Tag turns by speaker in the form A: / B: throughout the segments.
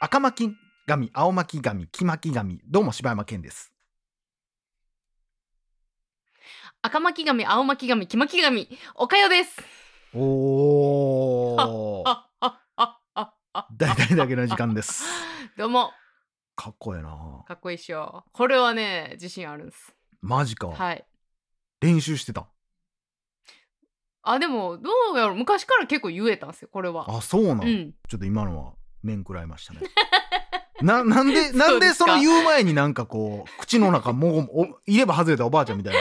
A: 赤巻紙、青巻紙、黄巻紙、どうも柴山健です。
B: 赤巻紙、青巻紙、黄巻紙、おかよです。
A: おー、
B: あ、あ、あ、あ、あ、
A: 大々だけの時間です。
B: どうも、
A: かっこええな。
B: かっこいいっしょ。これはね、自信あるんです。
A: マジか。
B: はい。
A: 練習してた。
B: あ、でも、どうやろう、昔から結構言えたんですよ、これは。
A: あ、そうなの、
B: うん。
A: ちょっと今のは面食らいま したね。ななんでなんでそう
B: そですか
A: の言う前になんかこう口の中もごもお言えば外れたおばあちゃんみ たいな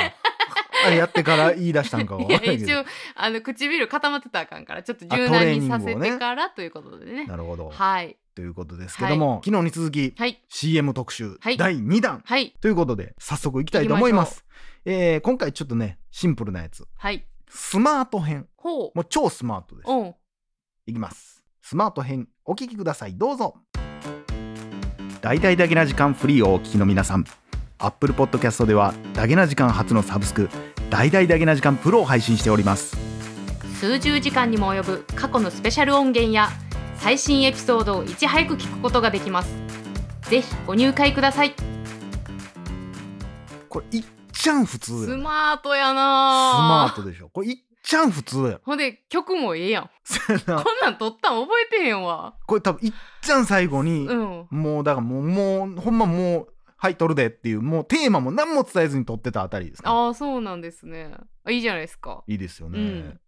A: あれやってから言い出したんかはい分
B: や
A: からんけ
B: 一
A: ど
B: 応あの唇固まってたらあかんからちょっと
A: あ
B: 柔
A: トレーニ
B: 軟
A: ン
B: に
A: グを
B: さ
A: ね
B: せてからということでね
A: なるほど、
B: はい
A: ということですけども、昨日に続き
B: はい
A: CM 特集、
B: はい
A: 第2弾
B: はい
A: ということで早速いきたいと思いますえー今回ちょっとねシンプルなやつ
B: はい
A: スマート編
B: ほう
A: もう超スマートです
B: おう
A: いきますスマート編お聞きくださいどうぞ大々だけな時間フリーをお聞きの皆さん Apple Podcast ではだけな時間初のサブスク大々だけな時間プロを配信しております
B: 数十時間にも及ぶ過去のスペシャル音源や最新エピソードをいち早く聞くことができますぜひご入会ください
A: これいっちゃん普通
B: ス
A: やな
B: マートや
A: スマ
B: な
A: ートでしょこれいっちゃん普通やろ
B: ほんで曲もええやん
A: そやな
B: こんなん撮ったん覚えてへんわ
A: これ多分いっちゃん最後に、
B: うん
A: もうだからもうもうほんまもうはい撮るでっていうもうテーマも何も伝えずに撮ってたあたりですね
B: ああそうなんですねあいいじゃないですか
A: いいですよね、
B: うん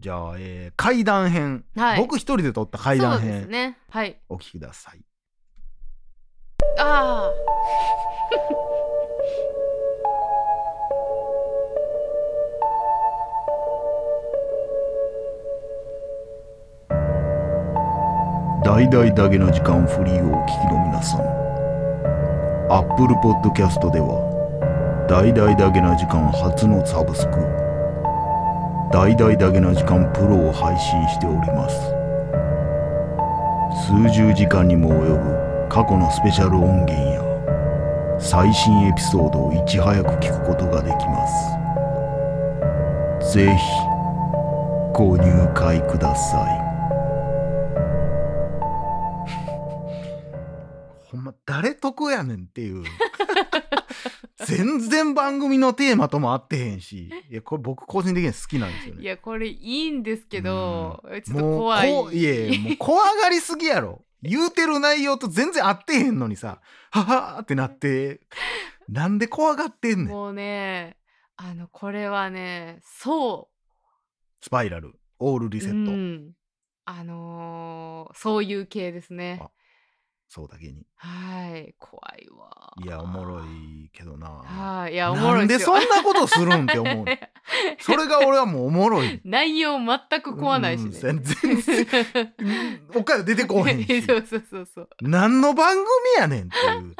A: じゃあ、えー階段編、
B: はい
A: 僕一人で撮った階段
B: そうで
A: 編
B: すねはい
A: お聞きください。
B: あ
A: 大々だけの時間フリーをお聞きの皆さん。Apple Podcast では、大々だけの時間初のサブスク、大々だけの時間プロを配信しております。数十時間にも及ぶ過去のスペシャル音源や、最新エピソードをいち早く聞くことができます。ぜひ、ご入会ください。 ほんま誰得やねんっていう全然番組のテーマとも合ってへんしいやこれ僕個人的には好きなんですよ
B: あ
A: ね
B: いやこれいいんですけどちょっと
A: もう
B: 怖い
A: こいやいやもう怖がりすぎや ろ言うてる内容と全然合ってへんのにさははーってなってなんで怖がってんねん
B: もうねあのこれはねそう
A: スパイラルオールリセット、
B: うん、あのーそういう系ですね
A: あそうだけに
B: はい怖いわ
A: いやおもろいけどな
B: はいいやおも
A: な
B: ろい
A: ん
B: で
A: ですそ
B: よ
A: んなことするんって思う それが俺はもうおもろい
B: 内容全く怖ないしね、
A: うん全然おかよ出てこうへ んし
B: そうそうそうそう
A: 何の番組やねんっていう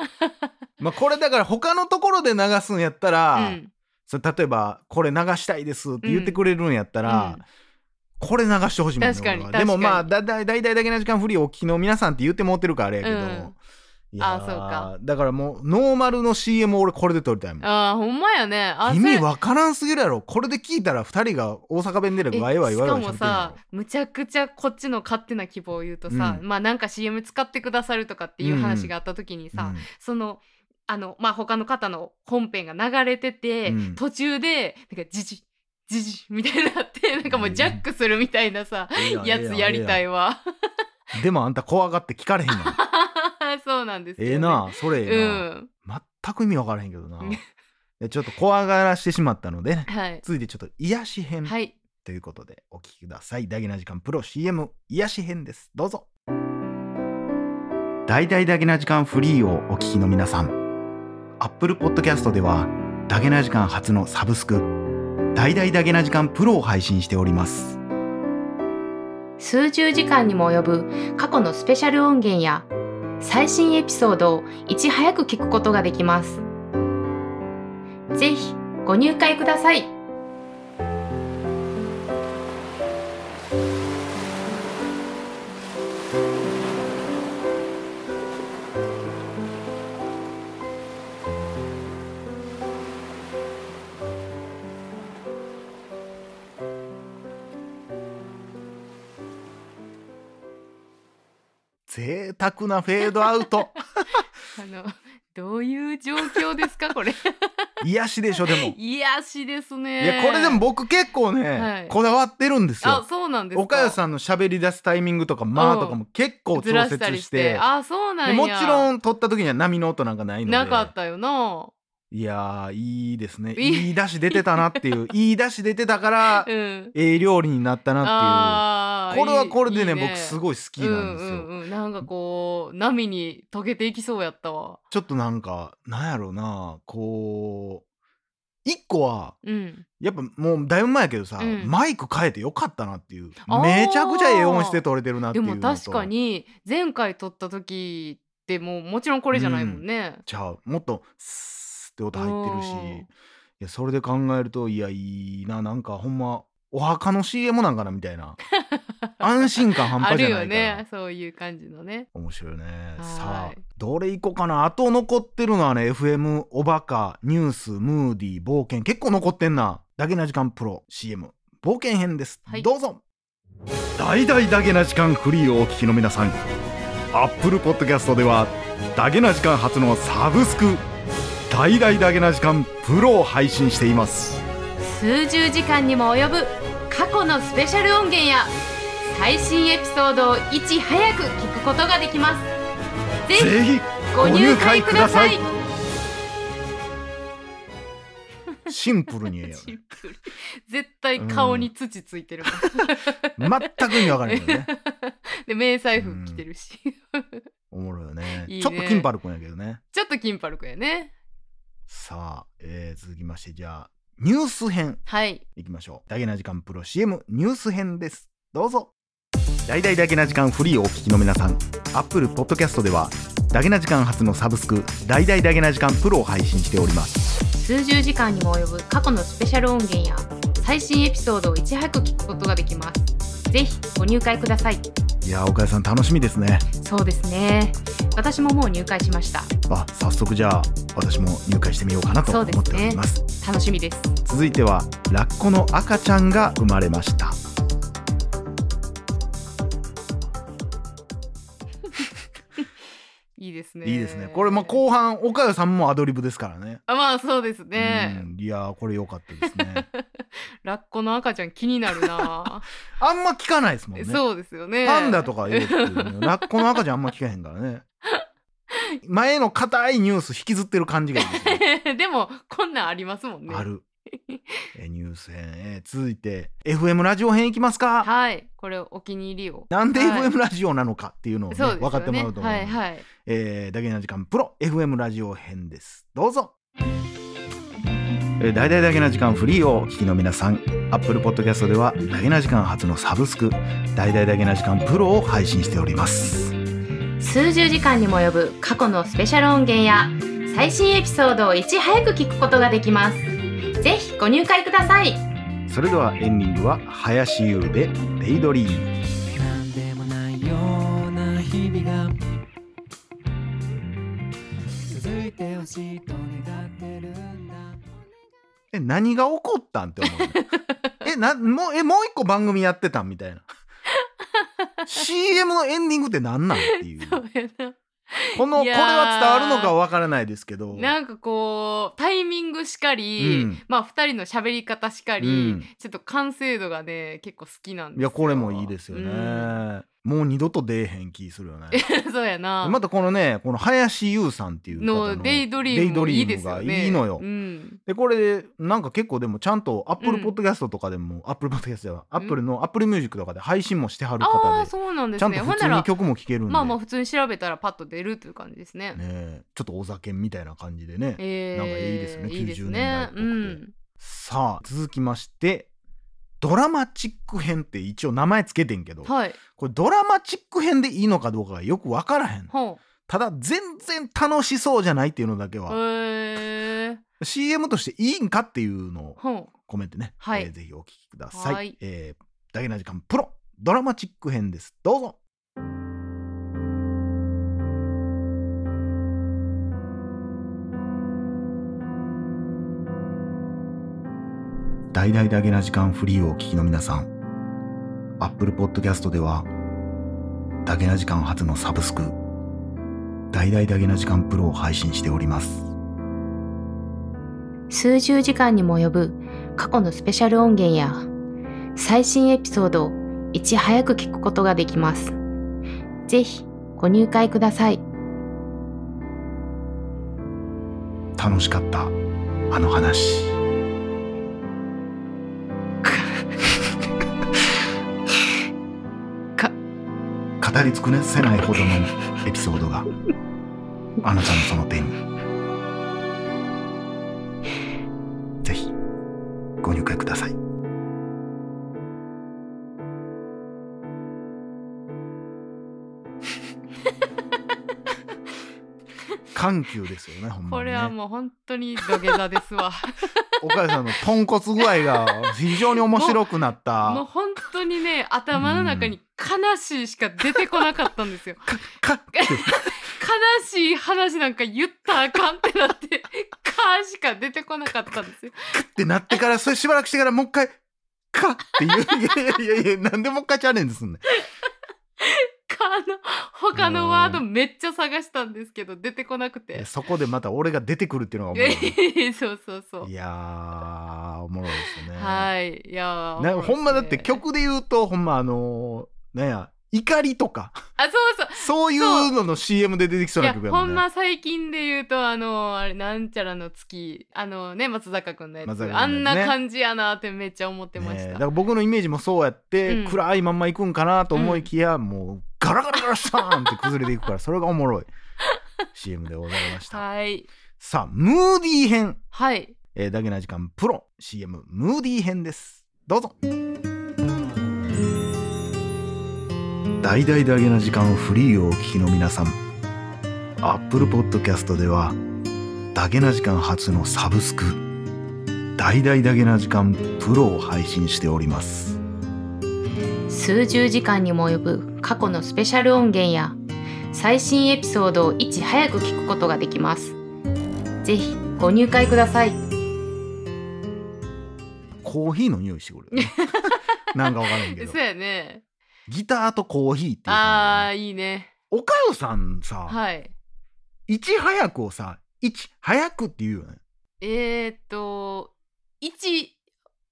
A: まあこれだから他のところで流すんやった
B: う
A: ら、
B: ん
A: それ例えば「これ流したいです」って言ってくれるんやったら、これ流してほしいもんね
B: 確かに
A: 俺は
B: 確か
A: で
B: に
A: もまあだだだいたいだけな時間フリーお聞きの皆さんって言ってもうてるからあれやけど、
B: うん
A: いやー
B: あそうか
A: だからもうノーマルの CM 俺これで撮りたいもん
B: あーほんまやねあ
A: 意味
B: それ
A: わからんすぎるやろこれで聞いたら2人が大阪弁で
B: え
A: ワイワイワイワイ喋って
B: しかも
A: るや
B: さむちゃくちゃこっちの勝手な希望を言うとさ、
A: う
B: まあなんか CM 使ってくださるとかっていう話があった時に
A: ろ
B: さ、そのあのまあ他の方の本編が流れてて、
A: うん
B: 途中でなんかじじじじみたいにな ってなんかもうジャックするみたいなさ、
A: うん
B: やつやりた
A: え
B: いわ。
A: えやんええやんでもあんた怖がって聞かれへんやん
B: そうなんですよ、ね。
A: ええなそれええな、
B: うん。
A: 全く意味わからへんけどな
B: ね
A: でちょっと怖がらしてしまったので
B: はい。
A: 続いてちょっと癒し編
B: はい。
A: ということでお聞きください「ダゲな時間プロ CM 癒し編」ですどうぞ「大々ダゲな時間フリー」をお聞きの皆さん Apple Podcast ではダゲな時間初のサブスク「大々ダゲな時間プロ」を配信しております
B: 数十時間にも及ぶ過去のスペシャル音源や最新エピソードをいち早く聞くことができます。ぜひご入会ください。
A: 贅沢なフェードアウ ト
B: あのどういう状況ですかこ れ
A: 癒しでしょでも
B: 癒しですね
A: いやこれでも僕結構ね、
B: はい
A: こだわってるんです
B: あ
A: よ
B: そうなんですか
A: 岡谷さんの喋り出すタイミングとか間とかも結構
B: ず
A: 調
B: ら
A: 節
B: したり
A: して
B: してあそうなん
A: で
B: や
A: もちろん撮った時には波の音なんかないので
B: なかったよない
A: やーいいですね
B: いい
A: いい出汁出てたなっていう いい出汁出てたから
B: うん
A: ええ料理になったなっ
B: あ
A: てい
B: ー
A: うこれはこれでね
B: いい
A: 僕すごい好きなんですよ、
B: うんうんうん、なんかこう波に溶けていきそうやったわ
A: ちょっとなんかなんやろうなこう一個は
B: うん
A: やっぱもうだいぶ前やけどさ、
B: うん
A: マイク変えてよかったなっていう
B: あー
A: めちゃくちゃええ音して撮れてるなって
B: で
A: いうの
B: も
A: と
B: 確かに前回撮った時ってもうもちろんこれじゃないもんね、
A: じゃあもっとスーって音入ってるし
B: うん
A: いやそれで考えるといやいいななんかほんまお墓の CM なんかなみたい な安心感半
B: あ
A: 端じ
B: る
A: ゃな
B: よ
A: いから、
B: ねそういう感じのね
A: 面白いね
B: はい
A: さあどれいこうかなあと残ってるのはね FM おバカニュースムーディー冒険結構残ってんなだけな時間プロ CM 冒険編です、
B: はい
A: どうぞ大々だけな時間フリーをお聞きの皆さん Apple Podcast ではだけな時間初のサブスク大々だけな時間プロを配信しています
B: 数十時間にも及ぶ過去のスペシャル音源や最新エピソードをいち早く聞くことができますぜひ
A: ぜひ
B: ご入会ください
A: ご入会シンプルに言えよ
B: シンプル絶対顔に土ついてるもん、
A: ね全く意味わからないよね
B: で迷彩服着てるし、
A: おもろいよね
B: いいね
A: ちょっと金パルくんやけどね
B: ちょっと金パルクやね
A: さあ、えー続きましてじゃあニュース編
B: はい
A: いきましょうだけな時間プロ CM ニュース編ですどうぞ大々だけな時間フリーをお聞きの皆さん Apple Podcast ではだけな時間初のサブスク大々だけな時間プロを配信しております
B: 数十時間にも及ぶ過去のスペシャル音源や最新エピソードをいち早く聞くことができますぜひご入会ください
A: いやー岡谷さん楽しみですね
B: そうですね私ももう入会しました
A: あ早速じゃあ私も入会してみようかなと
B: そう
A: 思
B: で
A: っ
B: すね
A: ております
B: 楽しみです
A: 続いてはラッコの赤ちゃんが生まれました
B: いいですね
A: いいですねこれまあ後半岡谷さんもアドリブですからね
B: あまあそうですね、
A: うんいやーこれ良かったですね
B: ラッコの赤ちゃん気になるな、
A: あんま聞かないです もんね
B: そうですよね
A: パンダとかよく言うのよ ラッコの赤ちゃんあんま聞かへんから ね前の硬いニュース引きずってる感じがいいですね
B: でもこんなんありますもん ね
A: あるえニュース編、え続いて FM ラジオ編いきますか
B: はいこれお気に入りを
A: なんで
B: はい
A: FM ラジオなのかっていうのを、ね
B: そうですよね
A: 分かってもらうと思う、
B: はいはい
A: えーだけな時間プロ FM ラジオ編ですどうぞえー大々だけな時間フリーをお聞きの皆さん Apple Podcast ではだけな時間初のサブスク大々だけな時間プロを配信しております
B: 数十時間にも及ぶ過去のスペシャル音源や最新エピソードをいち早く聞くことができますぜひご入会ください
A: それではエンディングは林優で「デイドリーム
C: なんでもないような日々が続いてほしいと願ってるんだ」
A: え何が起こったんって思うね えなもうえもう一個番組やってたんみたいな CM のエンディングって何なんっていう
B: そうやな
A: このこ
B: い
A: れ
B: やー
A: は伝わるのかわからないですけど
B: なんかこうタイミングしかり、
A: うん
B: まあ2人の喋り方しかり、
A: うん
B: ちょっと完成度がね結構好きなんです
A: いやこれもいいですよね、
B: うん
A: もう二度と出えへん気するよ ね
B: そうやな、
A: またこのねこの林優さんっていう方の
B: のデイドリームもいいですよ
A: デイドリームが
B: ね
A: いいのよ、
B: うん、
A: でこれなんか結構でもちゃんとアップ
B: う
A: ル
B: ん
A: ポッドキャストとかでも、アップルポッドキャストではア
B: ん
A: ップルのアップルミュージックとかで配信もしてはる
B: ああ
A: 方で
B: そうなんで
A: ちゃ
B: す
A: ん
B: ね
A: と
B: ほ
A: 普
B: んな
A: 通に
B: ら
A: 曲も聴けるんで、
B: まあまあ普通に調べたらパッと出るという感じですね
A: ねえちょっとお酒みたいな感じでね、
B: えー
A: なんかいいですね
B: いいです
A: 90年代っぽくて
B: うん
A: さあ続きましてドラマチック編って一応名前つけてんけど、
B: はい。
A: これドラマチック編でいいのかどうかがよくわからへん
B: ほ
A: ただ全然楽しそうじゃないっていうのだけ
B: う。
A: は、
B: へえ。
A: CM としていいんかっていうのを
B: ほ
A: コメントね、
B: はい
A: えーぜひお聞きください。
B: はい
A: えーだけな時間プロドラマチック編です。どうぞ。大々だけな時間フリーをお聞きの皆さん、Apple Podcast では、ダゲな時間初のサブスク、大々ダゲな時間プロを配信しております。
B: 数十時間にも及ぶ過去のスペシャル音源や最新エピソードをいち早く聞くことができます。ぜひご入会ください。
A: 楽しかった、あの話。
B: か
A: 語り尽くせないほどのエピソードが、あなたのその手に。ぜひ、ご入会ください。緩急ですよね、ほんまに、ね。
B: これはもう本当に土下座ですわ。
A: 岡井さんの豚骨具合が非常に面白くなっ
B: もう
A: た。
B: 本当にね、頭の中に悲しいしか出てこなかったんですよ。
A: か、かって。
B: 悲しい話なんか言ったらあかんってなって、 かしか出てこなかったんですよ。
A: ってなってから、それしばらくしてからもう一回、かっていう。いやいやいや、なんでもう一回チャレンジすんねん。
B: かの、他のワードめっちゃ探したんですけど、出てこなくて
A: え。そこでまた俺が出てくるっていうのがおもろい。
B: えそうそうそう
A: い。やー、おもろいですね。
B: はい。いや
A: な
B: ー、おもろいですね
A: ほんまだって。曲で言うと、ほんまあのー、なんや、怒りとか、
B: あ、そうそう。
A: そういうのの CM で出てきそう
B: い
A: な
B: や、
A: 曲や
B: ほ
A: も
B: ん
A: んね。
B: ま最近で言うと、あの、あれ、なんちゃらの月、あのね、松坂くんのやつ、
A: 松坂君のやつね
B: あんな感じやなってめっちゃ思ってまし
A: ねだ
B: た。
A: から僕のイメージもそうやって、
B: うん
A: 暗いまんま行くんかなと思いきや、もうガラガラガラシャーンって崩れて いくからそれがおもろい CM でございました、
B: はい。
A: さあムーディー編、
B: はい。
A: えー、だけな時間プロ CM ムーディー編ですどうぞ大々だけな時間フリーをお聞きの皆さん Apple Podcast ではだけな時間初のサブスク大々だけな時間プロを配信しております
B: 数十時間にも及ぶ過去のスペシャル音源や最新エピソードをいち早く聞くことができます。ぜひご入会ください。
A: コーヒーの匂いしてく るよねなんかわからんけど
B: そうやね。
A: ギターとコーヒーっていう
B: あ
A: か
B: あ、いいね。
A: 岡代さんさ、
B: はい。
A: いち早くをさいち早くって言うよね
B: えー、っと、一、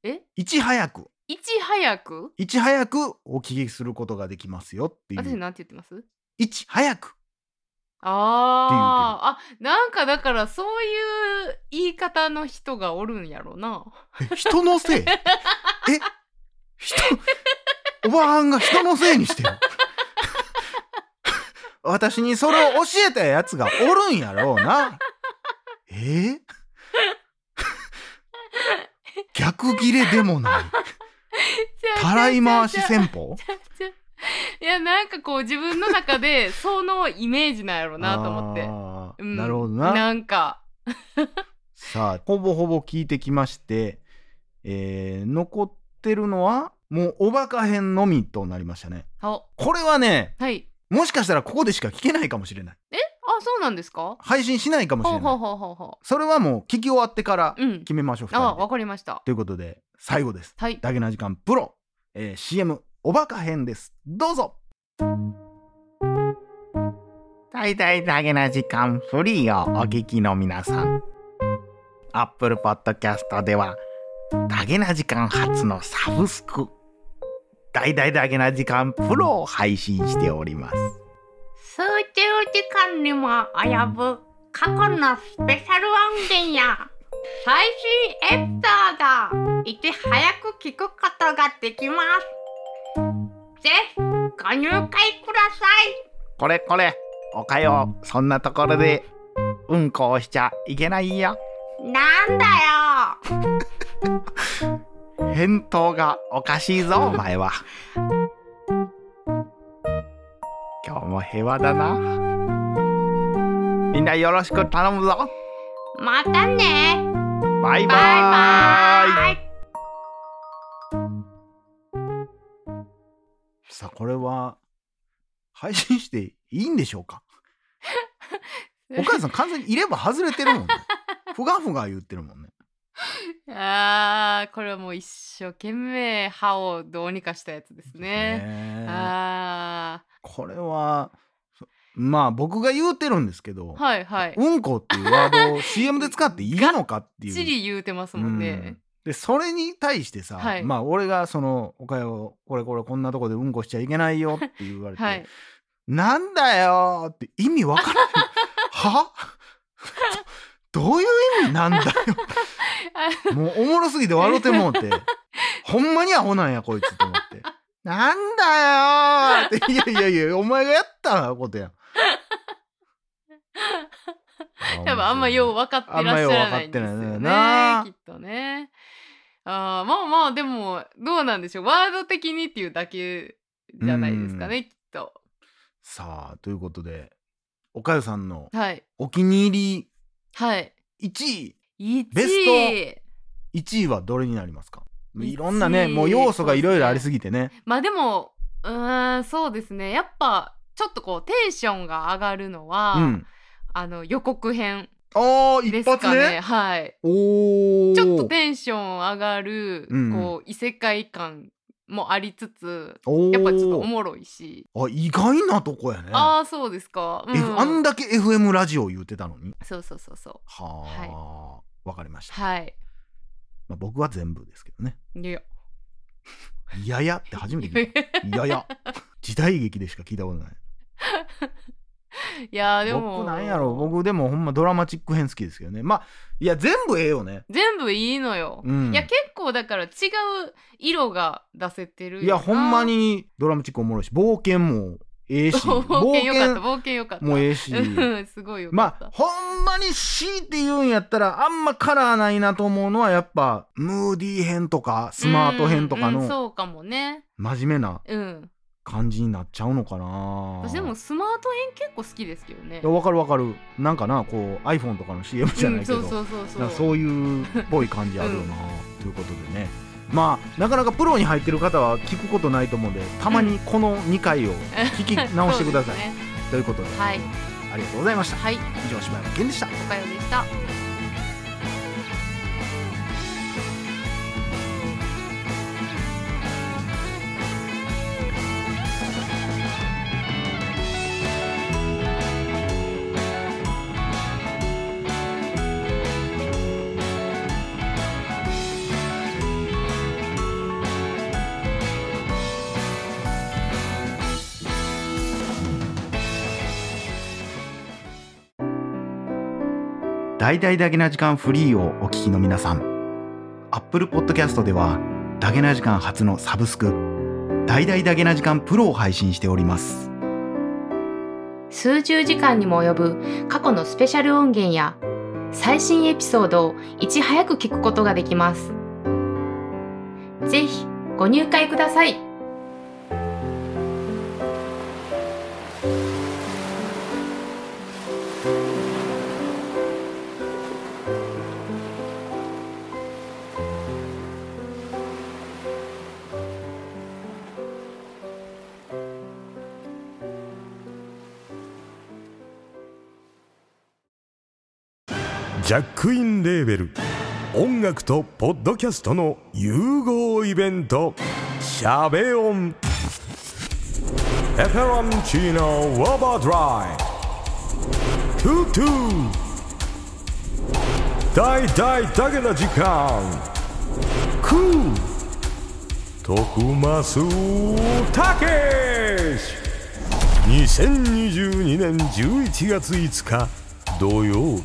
B: え
A: いち早く
B: いち早く
A: いち早くお聞きすることができますよってい
B: 私
A: う。
B: なんて言ってます
A: いち早く。
B: あーあ、なんかだからそういう言い方の人がおるんやろな。
A: え人の せいえ人、おばはんが人のせいに してる。私にそれを教えたやつがおるんやろうな。えー逆切れでも ない。 たらい回し戦法
B: いやなんかこう自分の中でそのイメージなんやろうなと思って。
A: あー
B: うん
A: なるほどな。
B: なんか
A: さあほぼほぼ聞いてきまして、えー残ってるのはもうおバカ編のみとなりましたね
B: お
A: これはね
B: はい
A: もしかしたらここでしか聞けないかもしれない
B: あそうなんですか
A: 配信しないかもし
B: ほ
A: れ
B: うほ
A: ない
B: うほうほうほ
A: それはもう聞き終わってから
B: ううん
A: 決めましょう、二
B: あ
A: 人で
B: わかりました
A: ということで最後です
B: はい
A: だけな時間プロ、えー CM おバカ編ですどうぞ大体だけな時間フリーをお聞きの皆さん Apple Podcast ではだけな時間初のサブスク大々だけな時間プロを配信しております
B: 数十時間にも及ぶ過去のスペシャル音源や最新エピソードをいち早く聞くことができます。ぜひご入会ください。
A: これこれおかよそんなところでうんこをしちゃいけないよ
B: なんだよ。
A: 返答がおかしいぞお前は今日も平和だなみんなよろしく頼むぞ
B: またね。
A: バイバイ
B: バイバイ。
A: さあこれは配信していいんでしょう かお母さん完全に入れば外れて るもんねふがふが言ってるもんね
B: あーこれはもう一生懸命歯をどうにかしたやつですね。
A: ね
B: あ
A: これはまあ僕が言うてるんですけど、
B: はいはい。
A: うんこっていうワードを CM で使っていいのかっていう。
B: チリ言うてますもんね。
A: でそれに対してさ、
B: はい
A: まあ俺がその「おかよこれこれこんなとこでうんこしちゃいけないよ」って言われて「
B: はい。
A: なんだよ」って意味わ からないは どういう意味なん だよもうおもろすぎて笑うてもうてほんまにアホなんやこいつと思って「なんだよ」って「いやいやいやお前がやったことやん」
B: 多分あんまよう分かってらっしゃらないんですよ
A: あんまよう分かって
B: ね
A: ないな
B: きっとねあーまあまあでもどうなんでしょうワード的にっていうだけじゃないですかねきっと
A: さあということでおかゆさんの
B: はい
A: お気に入
B: はい
A: り1位
B: 1位
A: ベス1位はどれになりますかいろんなね
B: 1位
A: もう要素がいろいろありすぎてね
B: まあでもうーんそうですねやっぱちょっとこうテンションが上がるのは、
A: うん
B: あの予告編
A: あー
B: で
A: 一
B: す
A: 発
B: かね
A: ね
B: はい
A: おお
B: ちょっとテンション上がる、
A: うん
B: こう異世界観もありつつ
A: おー
B: やっぱちょっとおもろいし、
A: あ意外なとこやね
B: ああそうですか、うん
A: F- あんだけ FM ラジオ言ってたのに
B: そうそうそうそう
A: はあ、わかりました、
B: はい
A: まあ、僕は全部ですけどね
B: いや
A: いやや って初めて聞いたいやや時代劇でしか聞いたことない
B: いやでも
A: 僕なんやろ僕でもほんまドラマチック編好きですけどねまあいや全部ええよね
B: 全部いいのよ、
A: うん
B: いや結構だから違う色が出せてるよない
A: やほんまにドラマチックおもろいし冒険もええし
B: 冒険よかった冒険よかった
A: もええし
B: うんすごいよか
A: ま
B: った、
A: あほんまに C って言うんやったらあんまカラーないなと思うのはやっぱムーディー編とかスマート編とか
B: うんうん
A: の
B: そうかもね
A: 真面目な
B: うん
A: 感じになっちゃうのかな
B: 私でもスマート編結構好きですけどね
A: いやわかるわかるなんかなこう iPhone とかの CM じゃないけど、
B: うん、そうそうそ
A: なん
B: う
A: か
B: そう
A: そういうっぽい感じあるよな、ということでね まあなかなかプロに入ってる方は聞くことないと思うんでたまにこの2回を聞き直してください、
B: そうですね
A: ということで、
B: はい
A: ありがとうございました
B: はい
A: 以上柴山健でした
B: おかよでした
A: 大々ダゲな時間フリーをお聞きの皆さん Apple Podcast ではダゲな時間初のサブスク大々ダゲな時間プロを配信しております
D: 数十時間にも及ぶ過去のスペシャル音源や最新エピソードをいち早く聞くことができます。ぜひご入会ください。
E: ジャックインレーベル音楽とポッドキャストの融合イベント「シャベオン」「エフェロンチーノウォーバードライ」「トゥトゥ」「大大だけな時間」「クー」「徳マスたけし」2022年11月5日土曜日